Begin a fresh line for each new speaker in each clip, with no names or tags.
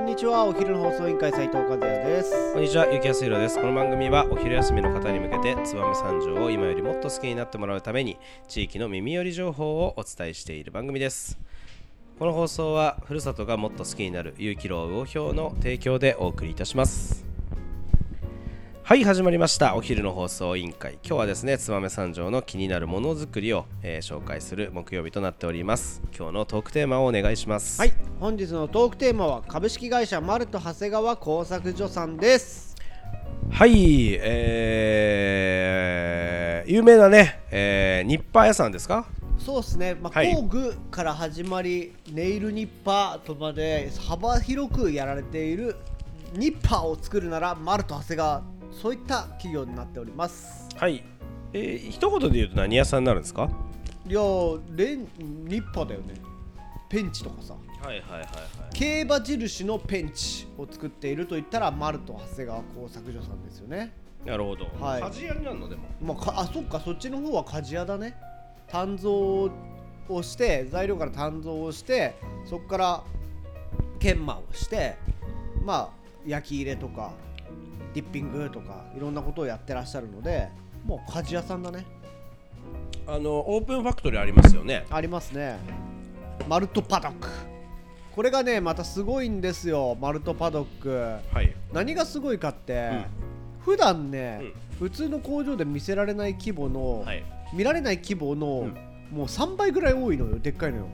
んにちはお昼放送委員会斉藤和也です
こんにちは、ゆきやすいろです。この番組はお昼休みの方に向けて、燕三条を今よりもっと好きになってもらうために、地域の耳寄り情報をお伝えしている番組です。この放送は、ふるさとがもっと好きになる、ゆうきろう魚評の提供でお送りいたします。はい、始まりました。お昼の放送委員会。今日はですね、燕三条の気になるものづくりを、えー紹介する木曜日となっております。今日のトークテーマをお願いします。
はい本日のトークテーマは株式会社マルト長谷川工作所さんです
はい、えー、有名なね、えー、ニッパー屋さんですか
そうですね、まあ
はい
工具から始まりネイルニッパーとまで幅広くやられているニッパーを作るならマルト長谷川そういった企業になっております
はい、えー、一言で言うと何屋さんになるんですか
いやーレンニッパーだよねペンチとかさ
はいはいはいはい
競馬印のペンチを作っていると言ったらマルト長谷川工作所さんですよね
なるほど、
はい
鍛冶屋になるのでも
まあ、かあそっかそっちの方は鍛冶屋だね鍛造をして材料から鍛造をしてそこから研磨をしてまあ焼き入れとかディッピングとかいろんなことをやってらっしゃるのでもう鍛冶屋さんだね
あのオープンファクトリーありますよね
ありますねマルトパドックこれがねまたすごいんですよマルトパドック
はい
何がすごいかって、普段ね、普通の工場で見せられない規模の、
はい
見られない規模の、
うん
もう3倍ぐらい多いのよでっかいのよ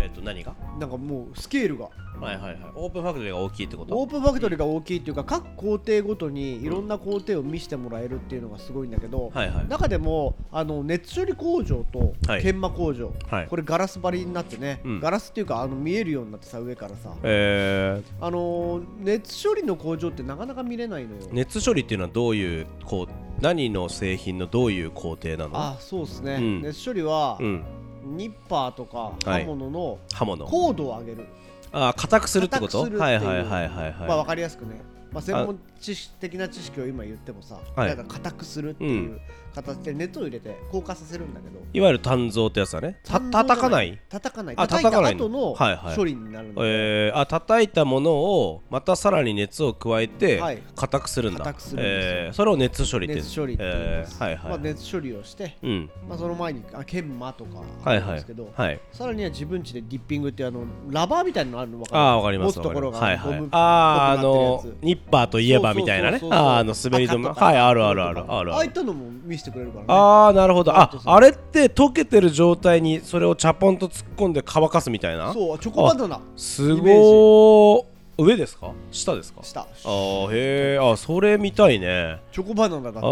えっ、と何が
なんかもうスケールが
はいはいはいオープンファクトリーが大きいってこ
オープンファクトリーが大きいっていうか各工程ごとにいろんな工程を見せてもらえるっていうのがすごいんだけど、
はいはい
中でもあの熱処理工場と
はい
研磨工場、
はい
これガラス張りになってね、
うん
ガラスっていうかあの見えるようになってさ上からさ、
え
あのー熱処理の工場ってなかなか見れないのよ、
ー、熱処理っていうのはどういうこう何の製品のどういう工程なの
あそうですね、
うん
熱処理は、
うん
ニッパーとか刃
はい
物の
刃物
高度を上げる、
あー硬くするってこと
硬くするっていう
はいはいはいはいはい、
まあ分かりやすくね、まあ、専門知識的な知識を今言ってもさ、
はい
だから硬くするっていうう形で熱を入れて硬化させるんだけど、
いわゆる鍛造ってやつだねた
単刀
叩かない
叩かない
あ
叩いた
叩かない
後
の
の
はいはい
処理になるので、
えー、あ叩いたものをまたさらに熱を加えて
はい
硬くするんだ、
硬くするんですよ
えーそれを熱処理って
熱処理っていうん
え
です、
ーはいはい、
まあ、熱処理をして、
うん
まあ、その前にあ研磨とかあ
はい
るん
は
です
い
けど、
はい
さらには自分家でディッピングっていうあのラバーみたいなのあるの分かる
ああわかりま
持
す
つところが、
はいはい
ゴムっぽく
ああーあ
なっ
の
てるやつ
ニッパーといえばみたいなね
そうそうそうそう
あーあの滑り止め
赤とか
はいあるあるある
赤とか
ある
あ
あ
あいっ
る
たのも見せてくれるからね
あーなるほど
あ
あ
とさ
あれって溶けてる状態にそれを茶ポンと突っ込んで乾かすみたいな
そうチョコバナナ
すごー上ですか下ですか
した
あーへえあそれ見たいね
チョコバナナだって
え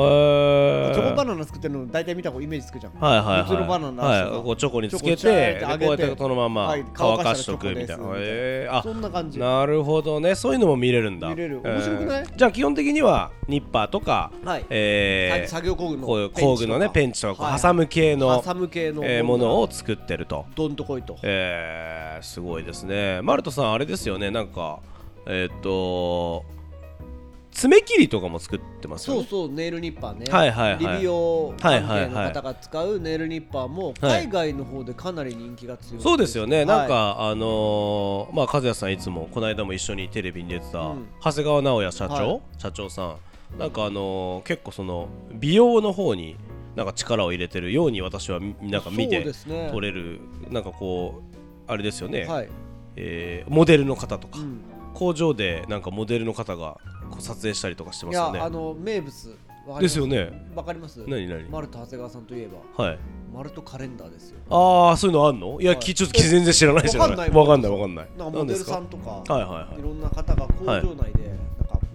ー、
チョコバナナ作ってるの大体見たこイメージつくじゃん。
はいはいはい、
普通のバナナ
はい
とか
こうチョコにつ
チョコ
けて
チャーって
で
あげて
こうやってそのまま
はい乾
乾
か
か
し
したとくみたい
チョ
な
コです
えー、あ
そんな感じ。
なるほどねそういうのも見れるんだ
見れる
えー
面白くない
じゃあ基本的にはニッパーとか、
はい
えー、
作業工具の
こういう工具のねペンチとかこう挟む系の、
挟む系の
えーものを作ってると
どんとこいと。
えー、すごいですねマルトさんあれですよねなんかえーっと爪切りとかも作ってますよ
そう
ね
そうネイルニッパーね。
はいはいはい
リビオ関係の方が使うネイルニッパーも
はい
海外の方でかなり人気が強い。
そうですよね、なん
は
かあのーまあ和也さんいつもこの間も一緒にテレビに出てた、
うん
長谷川直哉社長、
はい
社長さんなんかあのー結構その美容の方になんか力を入れてるように私はみ
い
なんか見
そう
て
ですね
取れる、なんかこうあれですよね、
はい。
えーモデルの方とか、
うん
工場でなんかモデルの方がこう撮影したりとかしてま
い
す
や
よ
あ
ね
の名物わかります
ですよね
わかります。
何何
マルト長谷川さんといえば
はい
マルトカレンダーですよ。
ああそういうのあんのいや、
はい
きちょっとき全然知らない知らない
わ
わ
か
か
ん
ん
な
ないいわかんない
なんかモデルさ
何
んとか
ですかはいはいはい
いろんな方が工場内でなんか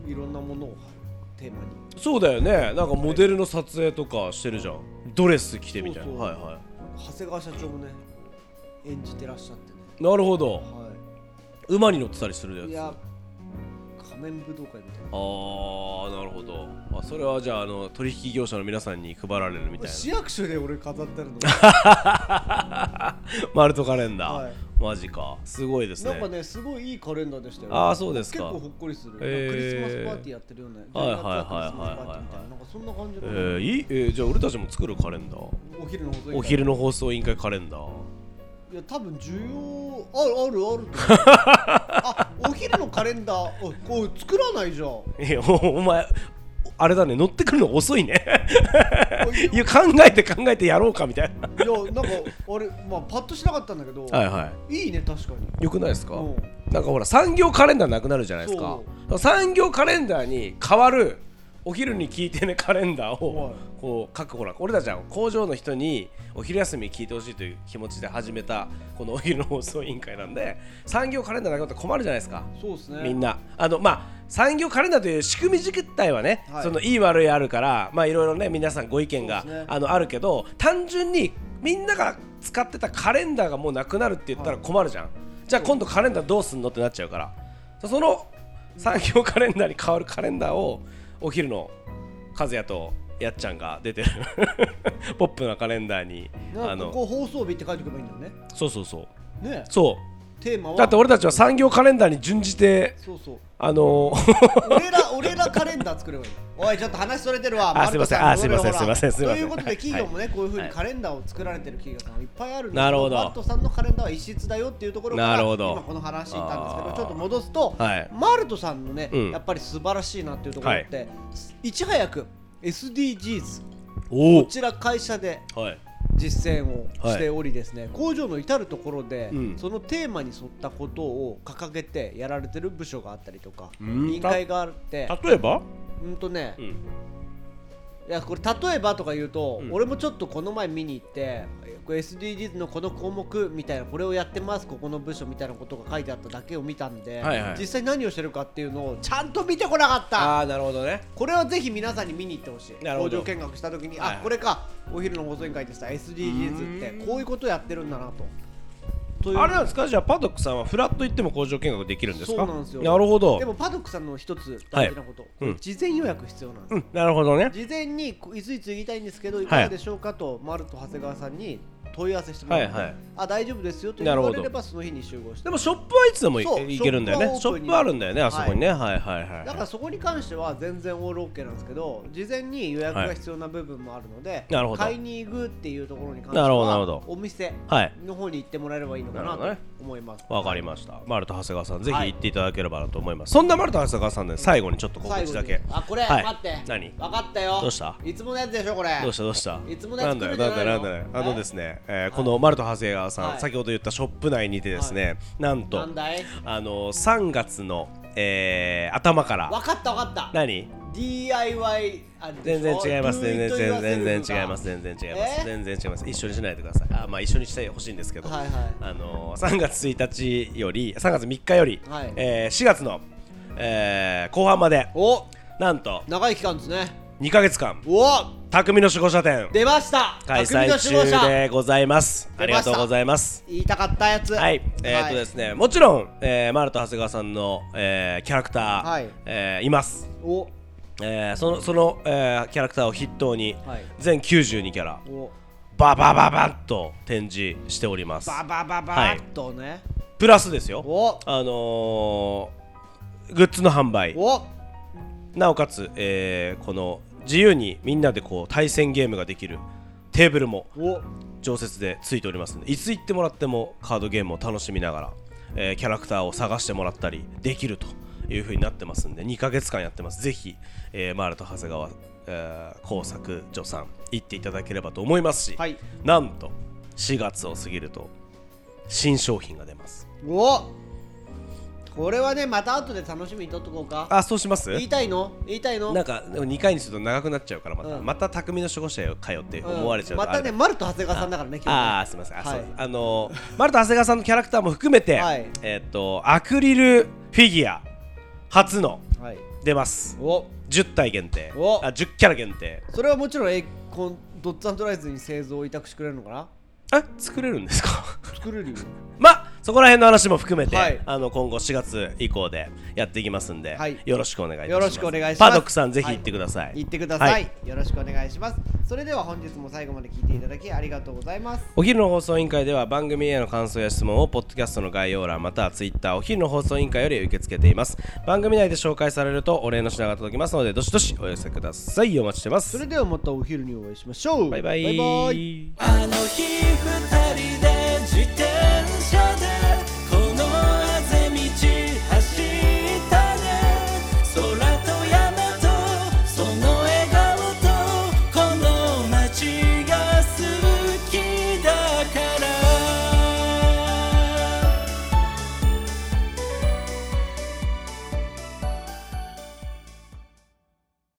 いろんなものをテーマに
そうだよねなんかモデルの撮影とかしてるじゃんドレス着てみたいな
そうそう
はいは
長谷川社長もね演じてらっしゃってね
いなるほど
は
馬に乗ってたりするや
い
つ
いや仮面武道会みたい
あーなるほどあそれはじゃああの取引業者の皆さんに配られるみた
ない市役所で俺飾って るの
なマルトカレンダー、
はい
マジかすごいですね
なんかねすごいいいカレンダーでしたよ
ああそうです
結
か
構ほっこりする、なんか
えー
クリスマスパーティーやってるよね
はいはいは
12月はクリスマ
い
スパーティーみたいななんかそんな感じ
え
の、
ー、いいえーじゃあ俺たちも作るカレンダー
お昼の放送委員会
お昼の放送委員会カレンダー
い いや多分需要あるあるあると思うあお昼のカレンダーおこう作らないじゃん
いやおお前あれだね乗ってくるの遅いね
おい
いや考えて考えてやろうかみたいな
いやなんかあれまあパッとしなかったんだけど、、
はいはい
いね確かに
いよくないですか
うん
なんかほら産業カレンダーなくなるじゃないですか産業カレンダーに変わるお昼に聞いてねカレン
は
ダー
い
をこう書くほら俺たちは工場の人にお昼休み聞いてほしいという気持ちで始めたこのお昼の放送委員会なんで産業カレンダーなくなったら困るじゃないですか
そうですね
みんなあのまあ産業カレンダーという仕組み自体はね、
はい
い、そのいい悪いあるからまあいろいろね皆さんご意見が、
そうですね
あのあるけど単純にみんなが使ってたカレンダーがもうなくなるって言ったら困るじゃん、じゃあ今度カレンダーどうすんのってなっちゃうからその産業カレンダーに変わるカレンダーをお昼の和也とやっちゃんが出てる ポップなカレンダーに
な
あ
んか
の
こう放送日って書いておけばいいんだよね
そうそうそう
ね
そう
テーマは
だって俺たちは産業カレンダーに準じて
そうそう
あの
俺ら俺らカレンダー作ればいいおいちょっと話それてるわ
あすいません
マルコさ
あすいませんすいませんすいませ
とい
ん
うことで企業もね、こういうふう
は
に
い
カレンダーを作られてる企業さんはいっぱいあるんですけ
なるほど
マットさんのカレンダーは異質だよっていうところから
なるほど
今この話していたんですけ
あ
ど
ー
ちょっと戻すと、
はい
マルトさんのね、
うん
やっぱり素晴らしいなっていうところって、い、ち早く SDGs
お
こちら会社で
はい
実践をしておりですね、工場の至るところで、
うん
そのテーマに沿ったことを掲げてやられてる部署があったりとか、
うん
委員会があって
例えば、
うんとね、
ん、
いやこれ例えばとか言うと、
うん
俺もちょっとこの前見に行ってこれ SDGs のこの項目みたいなこれをやってますここの部署みたいなことが書いてあっただけを見たんで、
はいはい
実際何をしてるかっていうのをちゃんと見てこなかった
ああなるほどね
これはぜひ皆さんに見に行ってほしい
なるほ
工
ど
場見学した時に、
はいはい
あこれかお昼の放送委員会でした SDGs っ
うー
て
ん
こういうことやってるんだなと。という
あれなんですかじゃあパドックさんはフラット行っても工場見学できるんですか
そうなんですよ
なるほど
でもパドックさんの一つ大事なこと、
いうん
事前予約必要なんです
うんなるほどね
事前にこいついつ言いたいんですけどいかがでしょうかと、マルと長谷川さんに問い合わせしてもらって、
はいはい
あ大丈夫ですよと
な
言
るほ
わ
ど
れればその日に集合して
でもショップはいつでもい
そう
行けるんだよね
シ
シ
ョップはオープ
ョ
ンに
ップあるんだよねあそこにね、はい、はいはいはい
だからそこに関しては全然オールオッケーなんですけど事前に予約が必要な部分もあるので、
なるほど
買いに行くっていうところに関して
なるほどなるほ
は
ど
お店
はい
の方に行ってもらえればいいのか
な
な
るほど
と
ね
思います。
わかりました丸と長谷川さんぜひ
はい
行っていただければなと思います、そんな丸と長谷川さんで最後にちょっと告
最後
知
に
だけ
あこれ、
はい
待って
何
分かったよ
どうした
いつものやつでしょこれ
どうしたどうした
いつものや
な
つ
んだよ
来る
なん
じゃ
だよ
ない
な
の
んだよ
え
あのですね、えーこの丸と長谷川さん、
はい
先ほど言ったショップ内にてですね、なんと
なんだい
あの3月の、えー頭から
分かった分かった
何
DIY あれでし
全
ょ
然違います全然
Do it yourself
全然全然違います全然違います
え
全然違います一緒にしないでくださいあまあ一緒にしてほしいんですけど、
はいはい
あのー3月1日より3月3日より、
はい
えー4月の、えー後半まで
お
なんと
長い期間ですね
2ヶ月間
お
匠の守護者展
出ました
開
匠
催
の守護者
中でございます
出ました
ありがとうございます
言いたかったやつ
はい、えー、とですね、もちろん、えー、マルと長谷川さんの、えー、キャラクター、
はい
えーいます、
お
えー、そのその、えー、キャラクターを筆頭に、
はい
全92キャラ
お
ババババッと展示しております
ババババ
はい
ッとね
プラスですよ
お
あのー、グッズの販売
お
なおかつ、えー、この自由にみんなでこう対戦ゲームができるテーブルも
お
常設でついておりますのでいつ行ってもらってもカードゲームを楽しみながら、えーキャラクターを探してもらったりできるという風になってますんで2ヶ月間やってますぜひ、えー、マールと長谷川、えー工作助さん行っていただければと思いますし、
はい
なんと4月を過ぎると新商品が出ます
おこれはねまた後で楽しみにとっとこうか
あそうします
言いたいの言いたいの
なんかでも2回にすると長くなっちゃうからまた、
うん
また匠の守護者よ通って
うん
思われちゃうと
ま
あれ
たねマルと長谷川さんだからね今日ね
ああすみませんあ、
はい
そうあのー、丸田長谷川さんのキャラクターも含めて、
はい
えっ、とアクリルフィギュア初の
はい
出ます
お
10体限定
お
あ10キャラ限定
それはもちろんえこんドッツアンドライズに製造を委託してくれるのかな
え作れるんですか
作れるよ
まあそこら辺の話も含めて、
はい
あの今後4月以降でやっていきますんで、
はい
よろしくお願いいたしま
よ
す
ろしくお願いします
パドックさんぜひ行ってください、
行ってください、
はい
よろしくお願いしますそれでは本日も最後まで聞いていただきありがとうございます
お昼の放送委員会では番組への感想や質問をポッドキャストの概要欄またはツイッターお昼の放送委員会より受け付けています番組内で紹介されるとお礼の品が届きますのでどしどしお寄せくださいお待ちしてま
そ
す
れではまたお昼にお会いしましょう
バイバイ
バイバイ
あの日二人